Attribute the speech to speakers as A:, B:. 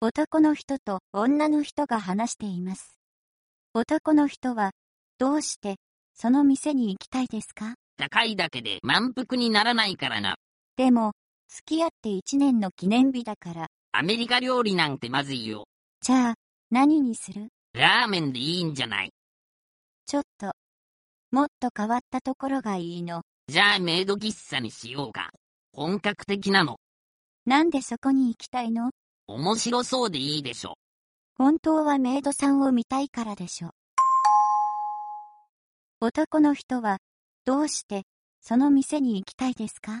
A: 男の人と女の人が話しています。男の人は、どうして、その店に行きたいですか
B: 高いだけで満腹にならないからな。
A: でも、付き合って1年の記念日だから。
B: アメリカ料理なんてまずいよ。
A: じゃあ、何にする
B: ラーメンでいいんじゃない
A: ちょっと、もっと変わったところがいいの。
B: じゃあメイド喫茶にしようか。本格的なの。
A: なんでそこに行きたいの
B: 面白そうでいいでしょ。
A: 本当はメイドさんを見たいからでしょ。男の人は、どうして、その店に行きたいですか